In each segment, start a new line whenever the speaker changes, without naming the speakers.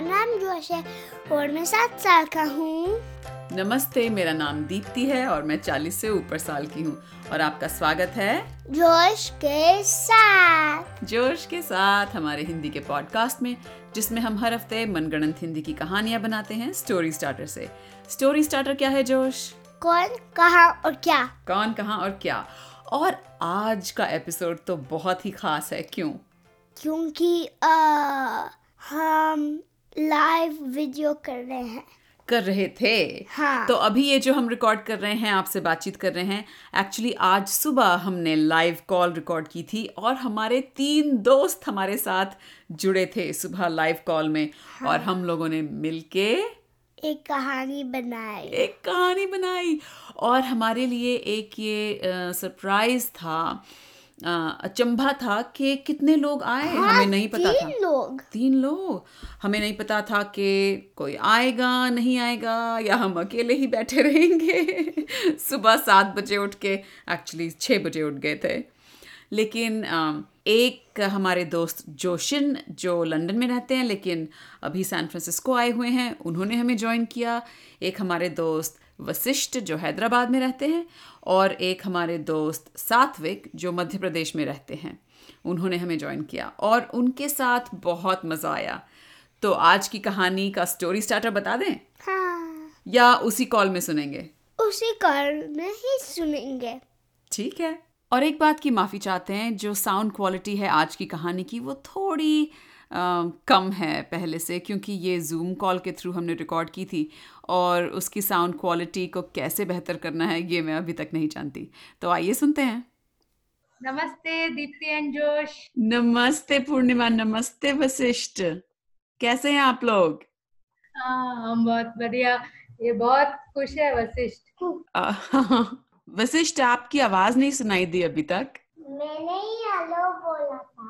है और मैं सात साल का हूँ
नमस्ते मेरा नाम दीप्ति है और मैं 40 से ऊपर साल की हूँ और आपका स्वागत है
जोश के साथ
जोश के साथ हमारे हिंदी के पॉडकास्ट में जिसमें हम हर हफ्ते मनगणंत हिंदी की कहानियां बनाते हैं स्टोरी स्टार्टर से स्टोरी स्टार्टर क्या है जोश
कौन कहाँ और क्या
कौन कहाँ और क्या और आज का एपिसोड तो बहुत ही खास है क्यों
क्योंकि अ, हम लाइव वीडियो कर रहे हैं
कर रहे थे
हाँ।
तो अभी ये जो हम रिकॉर्ड कर रहे हैं आपसे बातचीत कर रहे हैं एक्चुअली आज सुबह हमने लाइव कॉल रिकॉर्ड की थी और हमारे तीन दोस्त हमारे साथ जुड़े थे सुबह लाइव कॉल में और हम लोगों ने मिलके
एक कहानी बनाई
एक कहानी बनाई और हमारे लिए एक ये सरप्राइज था अ, अचंभा था कि कितने लोग आए हमें नहीं पता था
तीन लोग
तीन लोग हमें नहीं पता था कि कोई आएगा नहीं आएगा या हम अकेले ही बैठे रहेंगे सुबह सात बजे उठ के एक्चुअली छः बजे उठ गए थे लेकिन अम, एक हमारे दोस्त जोशिन जो लंदन में रहते हैं लेकिन अभी सैन फ्रांसिस्को आए हुए हैं उन्होंने हमें ज्वाइन किया एक हमारे दोस्त वशिष्ठ जो हैदराबाद में रहते हैं और एक हमारे दोस्त सात्विक जो मध्य प्रदेश में रहते हैं उन्होंने हमें ज्वाइन किया और उनके साथ बहुत मज़ा आया तो आज की कहानी का स्टोरी स्टार्टर बता दें
हाँ
या उसी कॉल में सुनेंगे
उसी कॉल में ही सुनेंगे
ठीक है और एक बात की माफ़ी चाहते हैं जो साउंड क्वालिटी है आज की कहानी की वो थोड़ी अम, कम है पहले से क्योंकि ये जूम कॉल के थ्रू हमने रिकॉर्ड की थी और उसकी साउंड क्वालिटी को कैसे बेहतर करना है ये मैं अभी तक नहीं जानती तो आइए सुनते हैं
नमस्ते दीप्ति एंड जोश
नमस्ते पूर्णिमा नमस्ते वशिष्ठ कैसे हैं आप लोग
हाँ हम बहुत बढ़िया ये बहुत खुश है वशिष्ठ
अ, वशिष्ठ आपकी आवाज नहीं सुनाई दी अभी तक
मैंने ही हेलो बोला था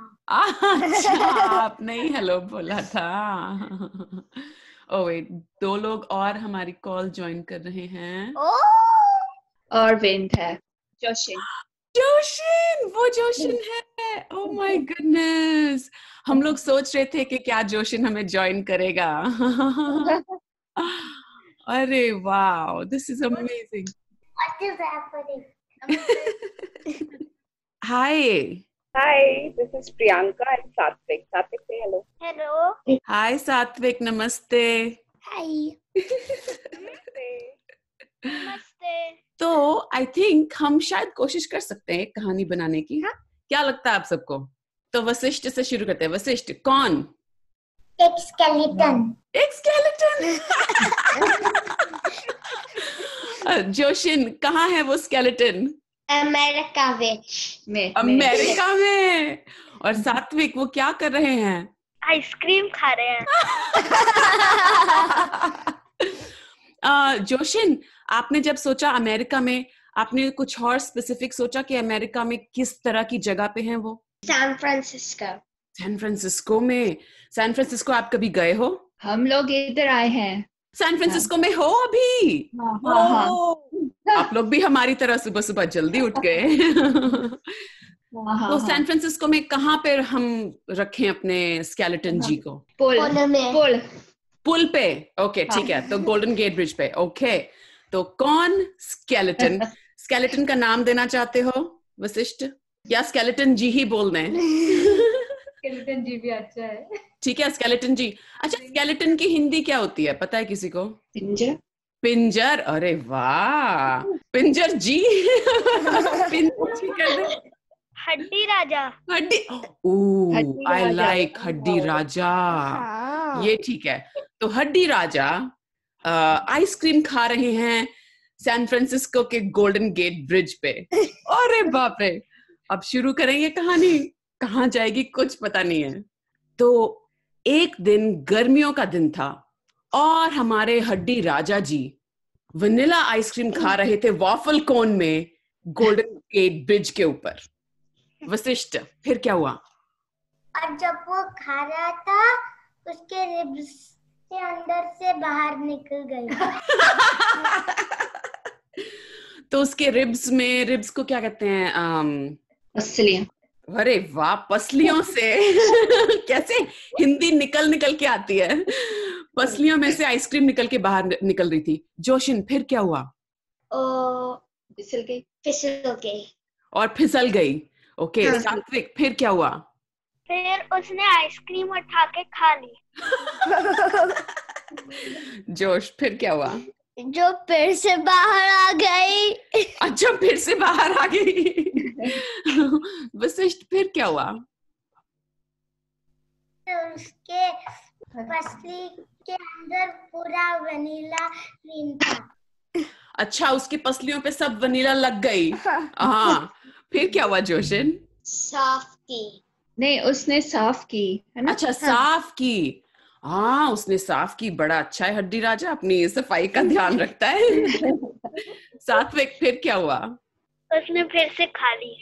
अच्छा आपने ही हेलो बोला था ओ वेट दो लोग और हमारी कॉल ज्वाइन कर रहे हैं
ओ
अरविंद है जोशिन
जोशिन वो जोशिन है ओ माय गुडनेस हम लोग सोच रहे थे कि क्या जोशिन हमें ज्वाइन करेगा अरे wow this is amazing
what is happening
hi
hi this is Priyanka and Satvik Satvik से हेलो
हेलो
हाय सात्विक नमस्ते
हाय नमस्ते
तो आई थिंक हम शायद कोशिश कर सकते हैं एक कहानी बनाने की हाँ क्या लगता है आप सबको तो वशिष्ठ से शुरू करते हैं वशिष्ठ कौन
एक स्केलेटन
एक स्केलेटन जोशिन कहाँ है वो स्केलेटन
अमेरिका विच
मैं
अमेरिका में और सात्विक वो क्या कर रहे हैं
आइसक्रीम खा रहे हैं
अ, जोशिन आपने जब सोचा अमेरिका में आपने कुछ और स्पेसिफिक सोचा कि अमेरिका में किस तरह की जगह पे हैं वो
सैन फ्रांसिस्को
सैन फ्रांसिस्को में सैन फ्रांसिस्को आप कभी गए हो
हम लोग इधर आए हैं
सैन फ्रांसिस्को में हो अभी
हाँ हाँ
ओह, आप लोग भी हमारी तरह सुबह सुबह जल्दी उठ गए तो
हाँ हाँ
सैन फ्रांसिस्को में कहाँ पे हम रखें अपने स्केलेटन
हाँ।
जी को
पुल
कोने में
पुल
पुल पे ओके
हाँ।
ठीक है तो गोल्डन गेट ब्रिज पे ओके तो कौन स्केलेटन स्केलेटन का नाम देना चाहते हो वशिष्ठ या स्केलेटन जी ही बोल दें
स्केलेटन जी भी अच्छा है
ठीक है स्केलेटन जी अच्छा स्केलेटन की हिंदी क्या होती है पता है किसी को
पिंजर
पिंजर अरे वाह पिंजर जी पिंजर जी कर दे
हड्डी राजा
हड्डी हाँ।
हड्डी
ओह आई
राजा।
लाइक हड्डी राजा
हाँ।
ये ठीक है तो हड्डी राजा अ, आइसक्रीम खा रहे हैं सैन फ्रांसिस्को के गोल्डन गेट ब्रिज पे अरे बाप रे अब शुरू करेंगे कहानी कहाँ जाएगी कुछ पता नहीं है तो एक दिन गर्मियों का दिन था और हमारे हड्डी राजा जी वनीला आइसक्रीम खा रहे थे वॉफल कोन में गोल्डन गेट ब्रिज के ऊपर वशिष्ठ फिर क्या हुआ
और जब वो खा रहा था उसके रिब्स के अंदर से बाहर निकल गई
तो उसके रिब्स में रिब्स को क्या कहते हैं um,
असलियत
अरे वाह पसलियों से कैसे हिंदी निकल निकल के आती है पसलियों में से आइसक्रीम निकल के बाहर नि- निकल रही थी जोशिन फिर क्या हुआ
ओ
फिसल गई
फिसल गई
और फिसल गई ओके
हाँ।
सात्विक फिर क्या हुआ
फिर उसने आइसक्रीम उठा के खा ली
जोश फिर क्या हुआ
जो पेड़ से बाहर आ गई
अच्छा फिर से बाहर आ गई वशिष्ठ फिर क्या हुआ
उसके पसली के अंदर पूरा वनीला क्रीम था
अच्छा उसकी पसलियों पे सब वनीला लग गई हाँ फिर क्या हुआ जोशिन
साफ की
नहीं उसने साफ की है ना
अच्छा साफ की हाँ उसने साफ की बड़ा अच्छा है हड्डी राजा अपनी सफाई का ध्यान रखता है सात्विक फिर क्या हुआ
उसने फिर से खा ली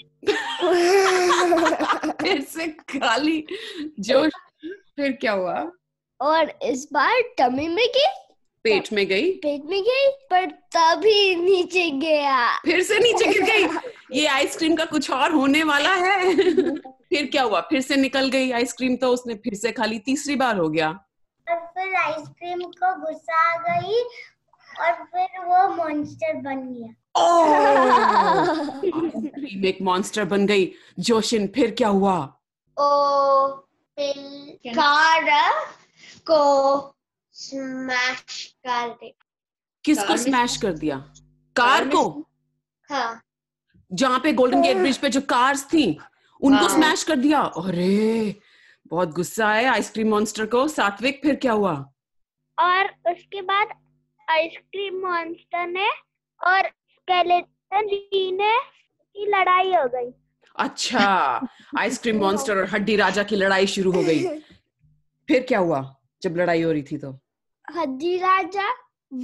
फिर से खाली जोश फिर क्या हुआ
और इस बार टमी में गई
पेट में गई
पेट में गई पर तभी नीचे गया
फिर से नीचे गिर गई ये आइसक्रीम का कुछ और होने वाला है फिर क्या हुआ फिर से निकल गई आइसक्रीम तो उसने फिर से खा ली तीसरी बार हो गया
और फिर आइसक्रीम को गुस्सा आ गई और फिर वो मॉन्स्टर बन गया
ओह! आइसक्रीम एक मॉन्स्टर बन गई जोशिन फिर क्या हुआ
ओ कार को स्मैश कर दे
किसको
कार में-
स्मैश कर दिया कार
में-
को
हाँ
जहाँ पे गोल्डन गेट ब्रिज पे जो कार्स थी उनको
हाँ।
स्मैश कर दिया अरे बहुत गुस्सा आया आइसक्रीम मॉन्स्टर को सात्विक फिर क्या हुआ
और उसके बाद आइसक्रीम मॉन्स्टर ने और स्केलेटन जी ने की लड़ाई हो गई
अच्छा आइसक्रीम मॉन्स्टर और हड्डी राजा की लड़ाई शुरू हो गई फिर क्या हुआ जब लड़ाई हो रही थी तो
हड्डी राजा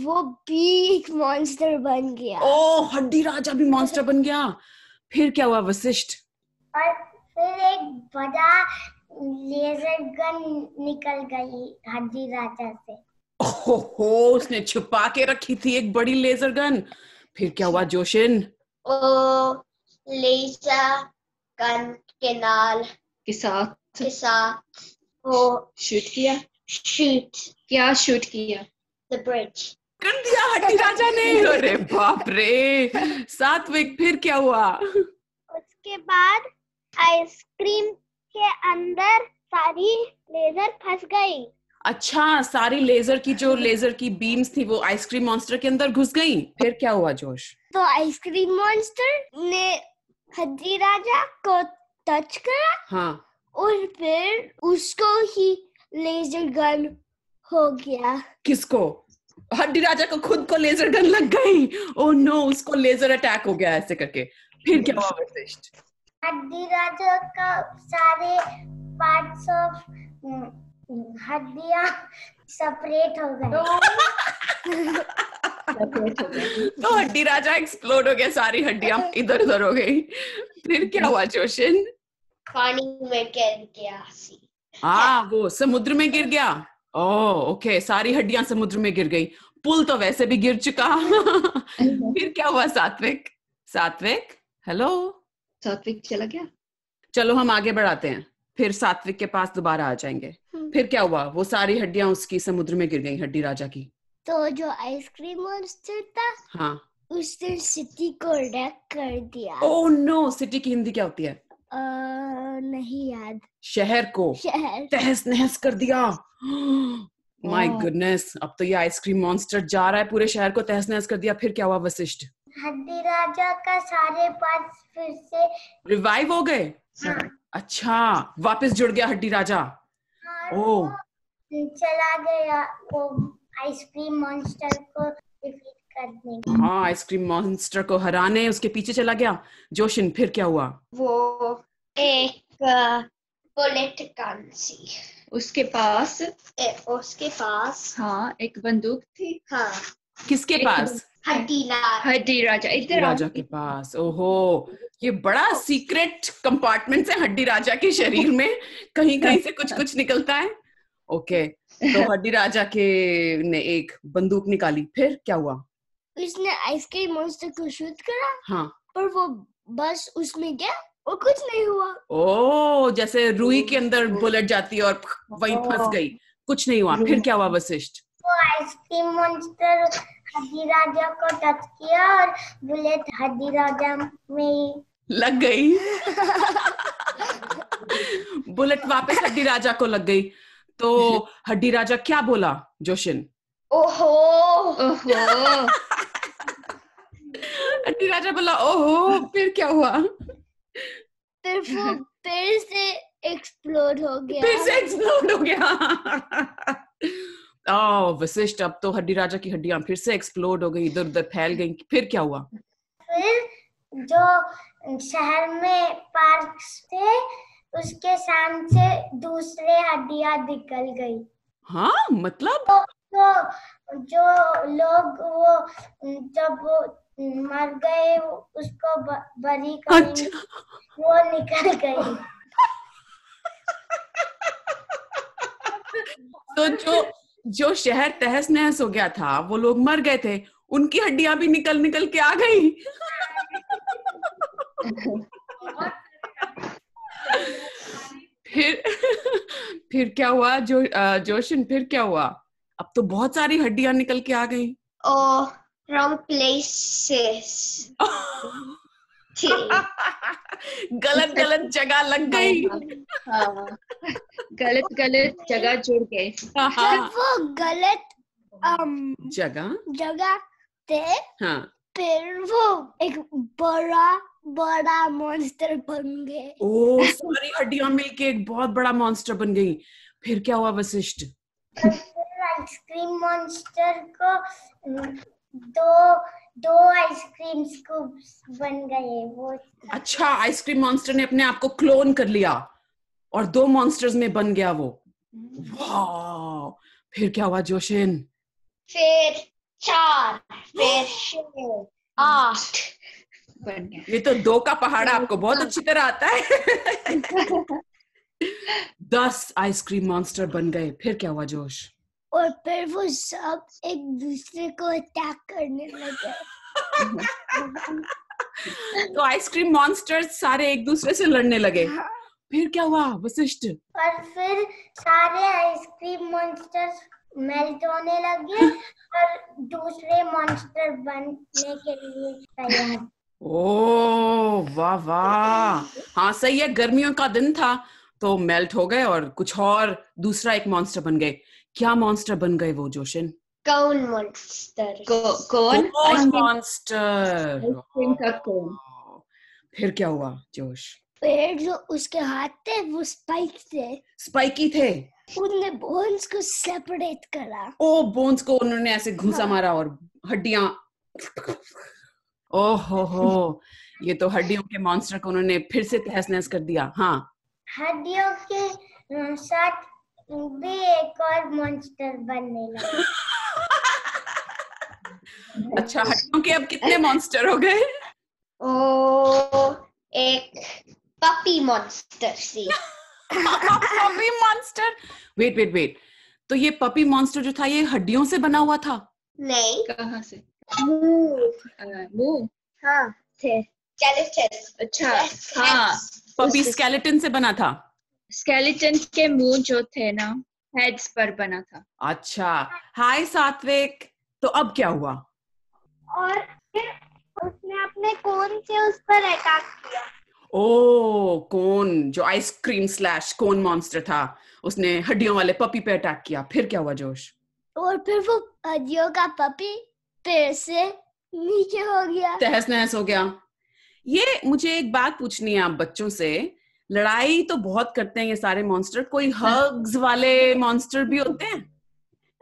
वो बिग मॉन्स्टर बन गया
ओ हड्डी राजा भी मॉन्स्टर बन गया फिर क्या हुआ वशिष्ठ
और फिर एक बड़ा लेजर गन निकल गई हड्डी राजा से
हो हो उसने छुपा के रखी थी एक बड़ी लेजर गन फिर क्या हुआ जोशिन
ओ लेजा गन के नाल
के साथ
के साथ वो
शूट किया
शूट
क्या शूट किया
द ब्रिज
कर दिया हड्डी राजा ने अरे बाप रे सात्विक फिर क्या हुआ
उसके बाद आइसक्रीम के अंदर सारी लेजर फंस गई
अच्छा सारी लेजर की जो लेजर की बीम्स थी वो आइसक्रीम मॉन्स्टर के अंदर घुस गई फिर क्या हुआ जोश
तो आइसक्रीम मॉन्स्टर ने हड्डी राजा को टच करा
हाँ
और फिर उसको ही लेजर गन हो गया
किसको हड्डी राजा को खुद को लेजर गन लग गई ओ नो उसको लेजर अटैक हो गया ऐसे करके फिर क्या हुआ वशिष्ठ
हड्डी राजा का सारे पार्ट्स ऑफ
हम्म,
हड्डियां सेपरेट हो गए
तो हड्डी राजा एक्सप्लोड हो गया सारी हड्डियां इधर उधर हो गई फिर क्या हुआ जोशिन
पानी में गिर गया सी
हाँ वो समुद्र में गिर गया ओ ओके सारी हड्डियां समुद्र में गिर गई पुल तो वैसे भी गिर चुका फिर क्या हुआ सात्विक सात्विक हेलो
सात्विक चला गया
चलो हम आगे बढ़ाते हैं फिर सात्विक के पास दोबारा आ जाएंगे फिर क्या हुआ वो सारी हड्डियां उसकी समुद्र में गिर गई हड्डी राजा की
तो जो आइसक्रीम मॉन्स्टर था
हाँ
उसने सिटी को रेक कर दिया
ओ नो सिटी Oh की हिंदी क्या होती है
अ, नहीं याद
शहर को
शहर
तहस नहस कर दिया माय
Wow.
गुडनेस अब तो ये आइसक्रीम मॉन्स्टर जा रहा है पूरे शहर को तहस नहस कर दिया फिर क्या हुआ वशिष्ठ
हड्डी राजा का सारे पार्ट्स फिर से
रिवाइव हो गए
हाँ,
अच्छा वापस जुड़ गया हड्डी राजा
हाँ,
ओ
वो चला गया वो आइसक्रीम मॉन्स्टर को डिफीट करने के लिए।
हाँ आइसक्रीम मॉन्स्टर को हराने उसके पीछे चला गया जोशिन फिर क्या हुआ
वो एक बुलेट गन सी
उसके पास
ए, उसके पास
हाँ एक बंदूक थी
हाँ
किसके
एक
पास
हड्डी लाल
हड्डी राजा इधर आओ।
राजा के पास ओहो ये बड़ा सीक्रेट कंपार्टमेंट है हड्डी राजा के शरीर में कहीं कहीं से कुछ कुछ निकलता है ओके तो हड्डी राजा के ने एक बंदूक निकाली फिर क्या हुआ
उसने आइसक्रीम मॉन्स्टर को शूट करा
हाँ
पर वो बस उसमें गया वो कुछ नहीं हुआ
ओ जैसे रूई के अंदर बुलेट जाती है और वहीं फंस
ओह।
गई कुछ नहीं हुआ फिर क्या हुआ वशिष्ठ
वो आइसक्रीम मॉन्स्टर हड्डी राजा को टच किया और बुलेट हड्डी राजा में
लग गई बुलेट वापस हड्डी राजा को लग गई तो हड्डी राजा क्या बोला जोशिन
ओहो
ओहो
हड्डी राजा बोला ओहो फिर क्या हुआ
फिर वो फिर से एक्सप्लोड हो गया
फिर से एक्सप्लोड हो गया ओ वशिष्ठ अब तो हड्डी राजा की हड्डियां फिर से एक्सप्लोड हो गई इधर उधर फैल गई फिर क्या हुआ
फिर जो शहर में पार्क थे उसके सामने से दूसरे हड्डियां निकल गई
हाँ मतलब
तो जो लोग वो जब वो मर गए उसको ब- बरी करेंगे
अच्छा
वो निकल गई
तो जो जो शहर तहस नहस हो गया था वो लोग मर गए थे उनकी हड्डियां भी निकल निकल के आ गई फिर फिर क्या हुआ जो अ, जोशन फिर क्या हुआ अब तो बहुत सारी हड्डियां निकल के आ गई
or wrong places.
गलत गलत जगह लग गई
हाँ गलत गलत जगह जुड़ गए
हाँ,
वो गलत um,
जगह
जगह थे
हाँ
फिर वो एक बड़ा बड़ा मॉन्स्टर बन गए
ओ सारी हड्डियां मिलके एक बहुत बड़ा मॉन्स्टर बन गई फिर क्या हुआ वशिष्ठ
फिर आइसक्रीम मॉन्स्टर को mm, दो दो आइसक्रीम स्कूप्स बन गए वो
अच्छा आइसक्रीम मॉन्स्टर ने अपने आप को क्लोन कर लिया और दो मॉन्स्टर्स में बन गया वो हम्म। वाओ फिर क्या हुआ जोशिन
फिर चार फिर छह आठ
बन गया
ये तो दो का पहाड़
हाँ।
आपको बहुत अच्छी तरह आता है दस आइसक्रीम मॉन्स्टर बन गए फिर क्या हुआ जोश
और फिर वो सब एक दूसरे को अटैक करने लगे
तो आइसक्रीम मॉन्स्टर सारे एक दूसरे से लड़ने लगे
हाँ।
फिर क्या हुआ वशिष्ठ
और फिर सारे आइसक्रीम मॉन्स्टर्स मेल्ट होने लगे और दूसरे मॉन्स्टर बनने के लिए तैयार
ओ वाह वाह हाँ सही है गर्मियों का दिन था तो मेल्ट हो गए और कुछ और दूसरा एक मॉन्स्टर बन गए क्या मॉन्स्टर बन गए वो जोशन
कौन मॉन्स्टर
को, कौन आइसक्रीम
मॉन्स्टर
आइसक्रीम का कौन
फिर क्या हुआ जोश
पेड़ जो उसके हाथ थे वो स्पाइक थे
स्पाइकी थे
उनने बोन्स को सेपरेट करा
ओ बोन्स को उन्होंने ऐसे घूसा मारा और हड्डियां ओ हो हो ये तो हड्डियों के मॉन्स्टर को उन्होंने फिर से तहस नहस कर दिया हाँ
हड्डियों के अ, साथ भी एक और मॉन्स्टर बनने लगा
अच्छा हड्डियों के अब कितने मॉन्स्टर हो गए
ओ एक पपी मॉन्स्टर सी
puppy monster wait wait wait तो ये पपी मॉन्स्टर जो था ये हड्डियों से बना हुआ था
नहीं
कहाँ से
मुंह
आ, मुंह
हाँ थे स्केलेटन
अच्छा हाँ
पपी स्केलेटन से बना था
स्केलेटन के मुंह जो थे ना हेड्स पर बना था
अच्छा हाय सात्विक तो अब क्या हुआ
और फिर उसने अपने कोन से उस पर अटैक किया
ओ कौन जो आइसक्रीम स्लैश कौन मॉन्स्टर था उसने हड्डियों वाले पपी पे अटैक किया फिर क्या हुआ जोश
और फिर वो अजियो का पपी फिर से नीचे हो गया
तहस नहस हो गया ये मुझे एक बात पूछनी है आप बच्चों से लड़ाई तो बहुत करते हैं ये सारे मॉन्स्टर कोई हग्स वाले मॉन्स्टर भी होते हैं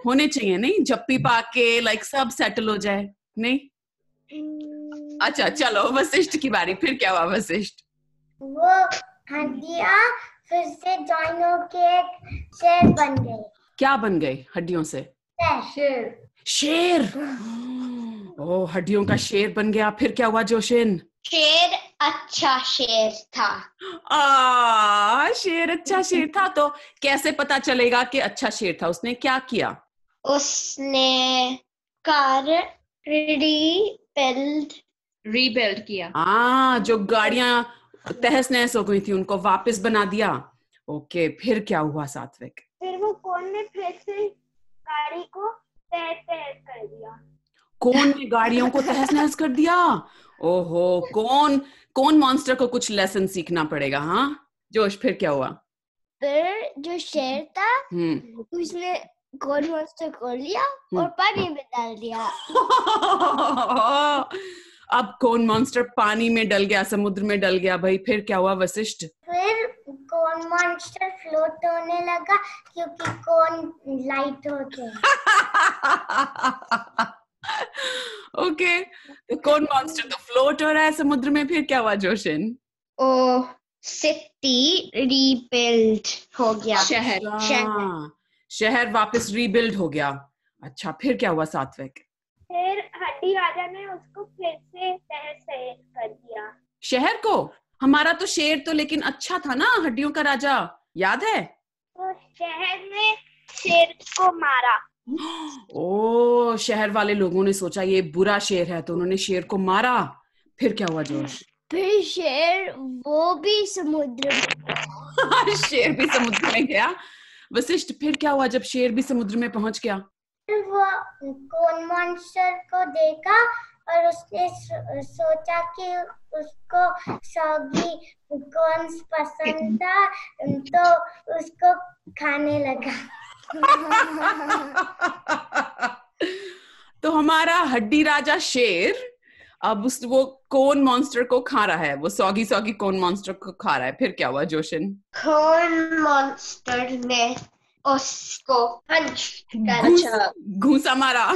होने चाहिए नहीं जप्पी पाके लाइक सब सेटल हो जाए नहीं अच्छा चलो वशिष्ठ की बारी फिर क्या हुआ वशिष्ठ
वो हड्डिया फिर से जॉइन होके एक शेर बन गई
क्या बन गए हड्डियों से
शेर
शेर ओ हड्डियों का शेर बन गया फिर क्या हुआ जोशिन
शेर अच्छा शेर था
आ शेर अच्छा शेर था तो कैसे पता चलेगा कि अच्छा शेर था उसने क्या किया
उसने कार रिडी
रिबिल्ड किया
हाँ जो गाड़ियां तहस नहस हो गई थी उनको वापस बना दिया ओके फिर क्या हुआ सात्विक
फिर वो कौन ने फिर से गाड़ी को तहस तहस कर दिया
कौन ने गाड़ियों को तहस नहस कर दिया ओहो कौन कौन मॉन्स्टर को कुछ लेसन सीखना पड़ेगा हाँ जोश फिर क्या हुआ
फिर जो शेर था
हम्म
उसने गोल मॉन्स्टर को लिया और पानी में डाल दिया
अब कौन मॉन्स्टर पानी में डल गया समुद्र में डल गया भाई फिर क्या हुआ वशिष्ठ
फिर कौन मॉन्स्टर फ्लोट होने लगा क्योंकि कौन लाइट होते हैं
ओके तो कौन मॉन्स्टर तो फ्लोट हो रहा है समुद्र में फिर क्या हुआ जोशन
ओ सिटी रिबिल्ड हो गया
शहर
हाँ, शहर वापस रीबिल्ड हो गया अच्छा फिर क्या हुआ सात्विक
फिर हड्डी राजा ने उसको फिर से तहस तहस कर दिया
शहर को हमारा तो शेर तो लेकिन अच्छा था ना हड्डियों का राजा याद है
तो शहर ने शेर को मारा
ओ शहर वाले लोगों ने सोचा ये बुरा शेर है तो उन्होंने शेर को मारा फिर क्या हुआ जोश
फिर शेर वो भी समुद्र में
शेर भी समुद्र में गया वशिष्ठ फिर क्या हुआ जब शेर भी समुद्र में पहुंच गया
फिर वो कौन मॉन्स्टर को देखा और उसने सो- सोचा कि उसको सौगी कॉर्न्स पसंद था तो उसको खाने लगा
तो हमारा हड्डी राजा शेर अब उस वो कौन मॉन्स्टर को खा रहा है वो सौगी सौगी कौन मॉन्स्टर को खा रहा है फिर क्या हुआ जोशन
कौन मॉन्स्टर ने उसको पंच
घूस- घूसा मारा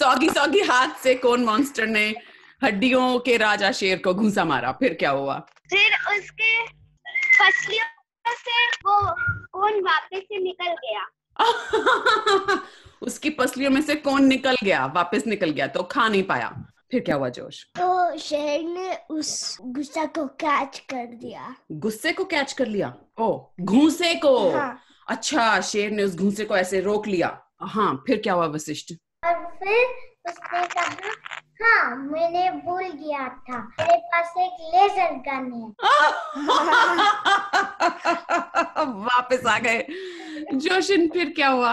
सौगी सौगी हाथ से कौन मॉन्स्टर ने हड्डियों के राजा शेर को घूसा मारा फिर क्या हुआ
फिर उसके पसलियों से वो कौन वापस से निकल गया
उसकी पसलियों में से कौन निकल गया वापस निकल गया तो खा नहीं पाया फिर क्या हुआ जोश
तो शेर ने उस गुस्सा को कैच कर दिया
गुस्से को कैच कर लिया ओ घूसे को
हाँ।
अच्छा शेर ने उस घूसे को ऐसे रोक लिया हाँ फिर क्या हुआ वशिष्ठ
और फिर उसने कहा हाँ मैंने भूल गया था मेरे पास एक लेजर गन है
वापस आ गए जोशन फिर क्या हुआ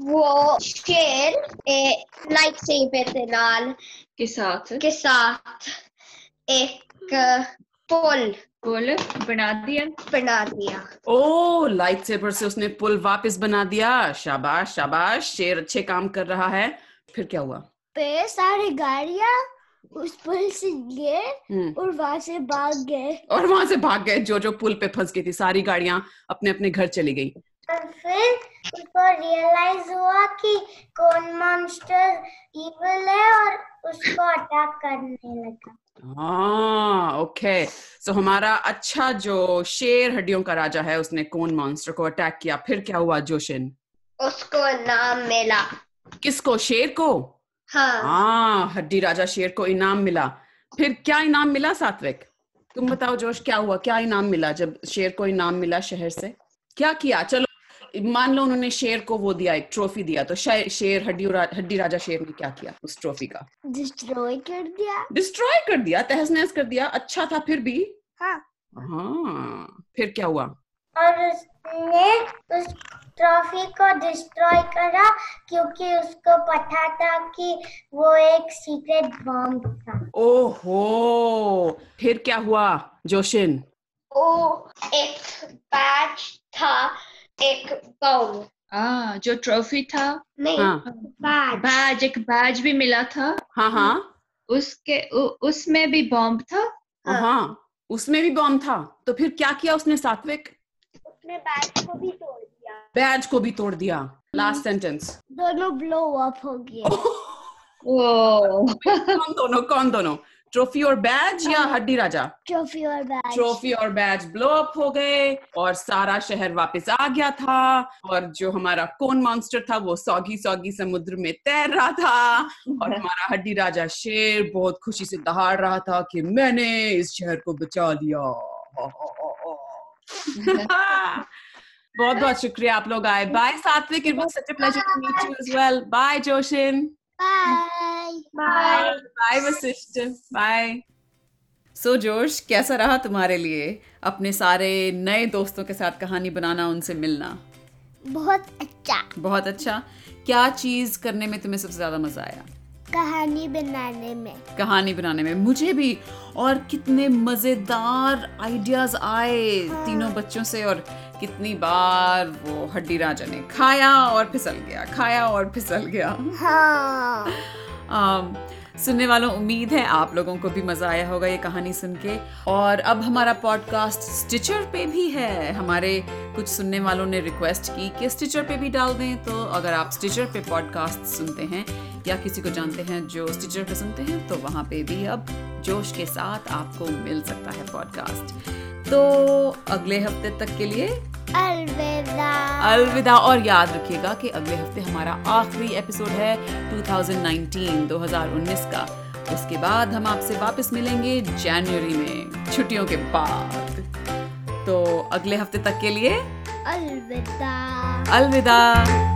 वो शेर लाइट सेवर के नाल
के साथ
के साथ एक पुल
गोल बना दिया
बना दिया
ओ लाइट सेबर से उसने पुल वापस बना दिया शाबाश शाबाश शेर अच्छे काम कर रहा है फिर क्या हुआ
फिर सारी गाड़ियां उस पुल से गए
हम्म
और वहां से भाग गए
और वहां से भाग गए जो जो पुल पे फंस गई थी सारी गाड़ियां अपने अपने घर चली गई
और फिर उसको रियलाइज हुआ कि कौन मॉन्स्टर इविल है और उसको अटैक करने लगा
हाँ ओके सो हमारा अच्छा जो शेर हड्डियों का राजा है उसने कौन मॉन्स्टर को अटैक किया फिर क्या हुआ जोशिन
उसको नाम मिला
किसको शेर को
हाँ
हाँ हड्डी राजा शेर को इनाम मिला फिर क्या इनाम मिला सात्विक तुम बताओ जोश क्या हुआ क्या इनाम मिला जब शेर को इनाम मिला शहर से क्या किया चलो मान लो उन्होंने शेर को वो दिया एक ट्रॉफी दिया तो शे- शेर हड्डी रा, हड्डी राजा शेर ने क्या किया उस ट्रॉफी का
डिस्ट्रॉय कर दिया
डिस्ट्रॉय कर दिया तहस नहस कर दिया अच्छा था फिर भी
हाँ।
हाँ फिर क्या हुआ
और उसने उस ट्रॉफी को डिस्ट्रॉय करा क्योंकि उसको पता था कि वो एक सीक्रेट बॉम्ब था
ओहो फिर क्या हुआ जोशिन
वो एक बैच था एक बॉम्ब
हाँ जो ट्रॉफी था
नहीं
हाँ
बैच
बैज एक बैज भी मिला था
हाँ हाँ
उसके उ, उसमें भी बॉम्ब था
हाँ।
हाँ उसमें भी बॉम्ब था तो फिर क्या किया उसने सात्विक
उसने बैग को भी तोड़ दिया
बैज को भी तोड़ दिया लास्ट
हम्म।
सेंटेंस
दोनों ब्लो अप हो गए
ओ
कौन दोनों कौन दोनों ट्रॉफी और बैज
हाँ।
या हड्डी राजा
ट्रॉफी और बैच
ट्रॉफी और बैच ब्लो अप हो गए और सारा शहर वापस आ गया था और जो हमारा कौन मॉन्स्टर था वो सौगी सौगी समुद्र में तैर रहा था और हमारा हड्डी राजा शेर बहुत खुशी से दहाड़ रहा था कि मैंने इस शहर को बचा लिया बहुत बहुत शुक्रिया आप लोग आए bye Satvik it was such a pleasure to meet you as well bye Joshin
bye
bye
bye Vashishtha bye so जोश कैसा रहा तुम्हारे लिए अपने सारे नए दोस्तों के साथ कहानी बनाना उनसे मिलना
बहुत अच्छा
बहुत अच्छा क्या चीज़ करने में तुम्हें सबसे ज़्यादा मज़ा आया
कहानी बनाने में
कहानी बनाने में मुझे भी और कितने मज़ेदार आइडियाज़ आए तीनों बच्चों से और कितनी बार वो हड्डी राजा ने खाया और फिसल गया खाया और फिसल गया
हाँ
आम, सुनने वालों उम्मीद है आप लोगों को भी मज़ा आया होगा ये कहानी सुन के और अब हमारा पॉडकास्ट स्टिचर पे भी है हमारे कुछ सुनने वालों ने रिक्वेस्ट की कि स्टिचर पे भी डाल दें तो अगर आप स्टिचर पे पॉडकास्ट सुनते हैं या किसी को जानते हैं जो स्टिचर पे सुनते हैं तो वहाँ पे भी अब जोश के साथ आपको मिल सकता है पॉडकास्ट तो अगले हफ्ते तक के लिए
अलविदा
अलविदा और याद रखिएगा कि अगले हफ्ते हमारा आखिरी एपिसोड है 2019 2019 का उसके बाद हम आपसे वापस मिलेंगे जनवरी में छुट्टियों के बाद तो अगले हफ्ते तक के लिए
अलविदा
अलविदा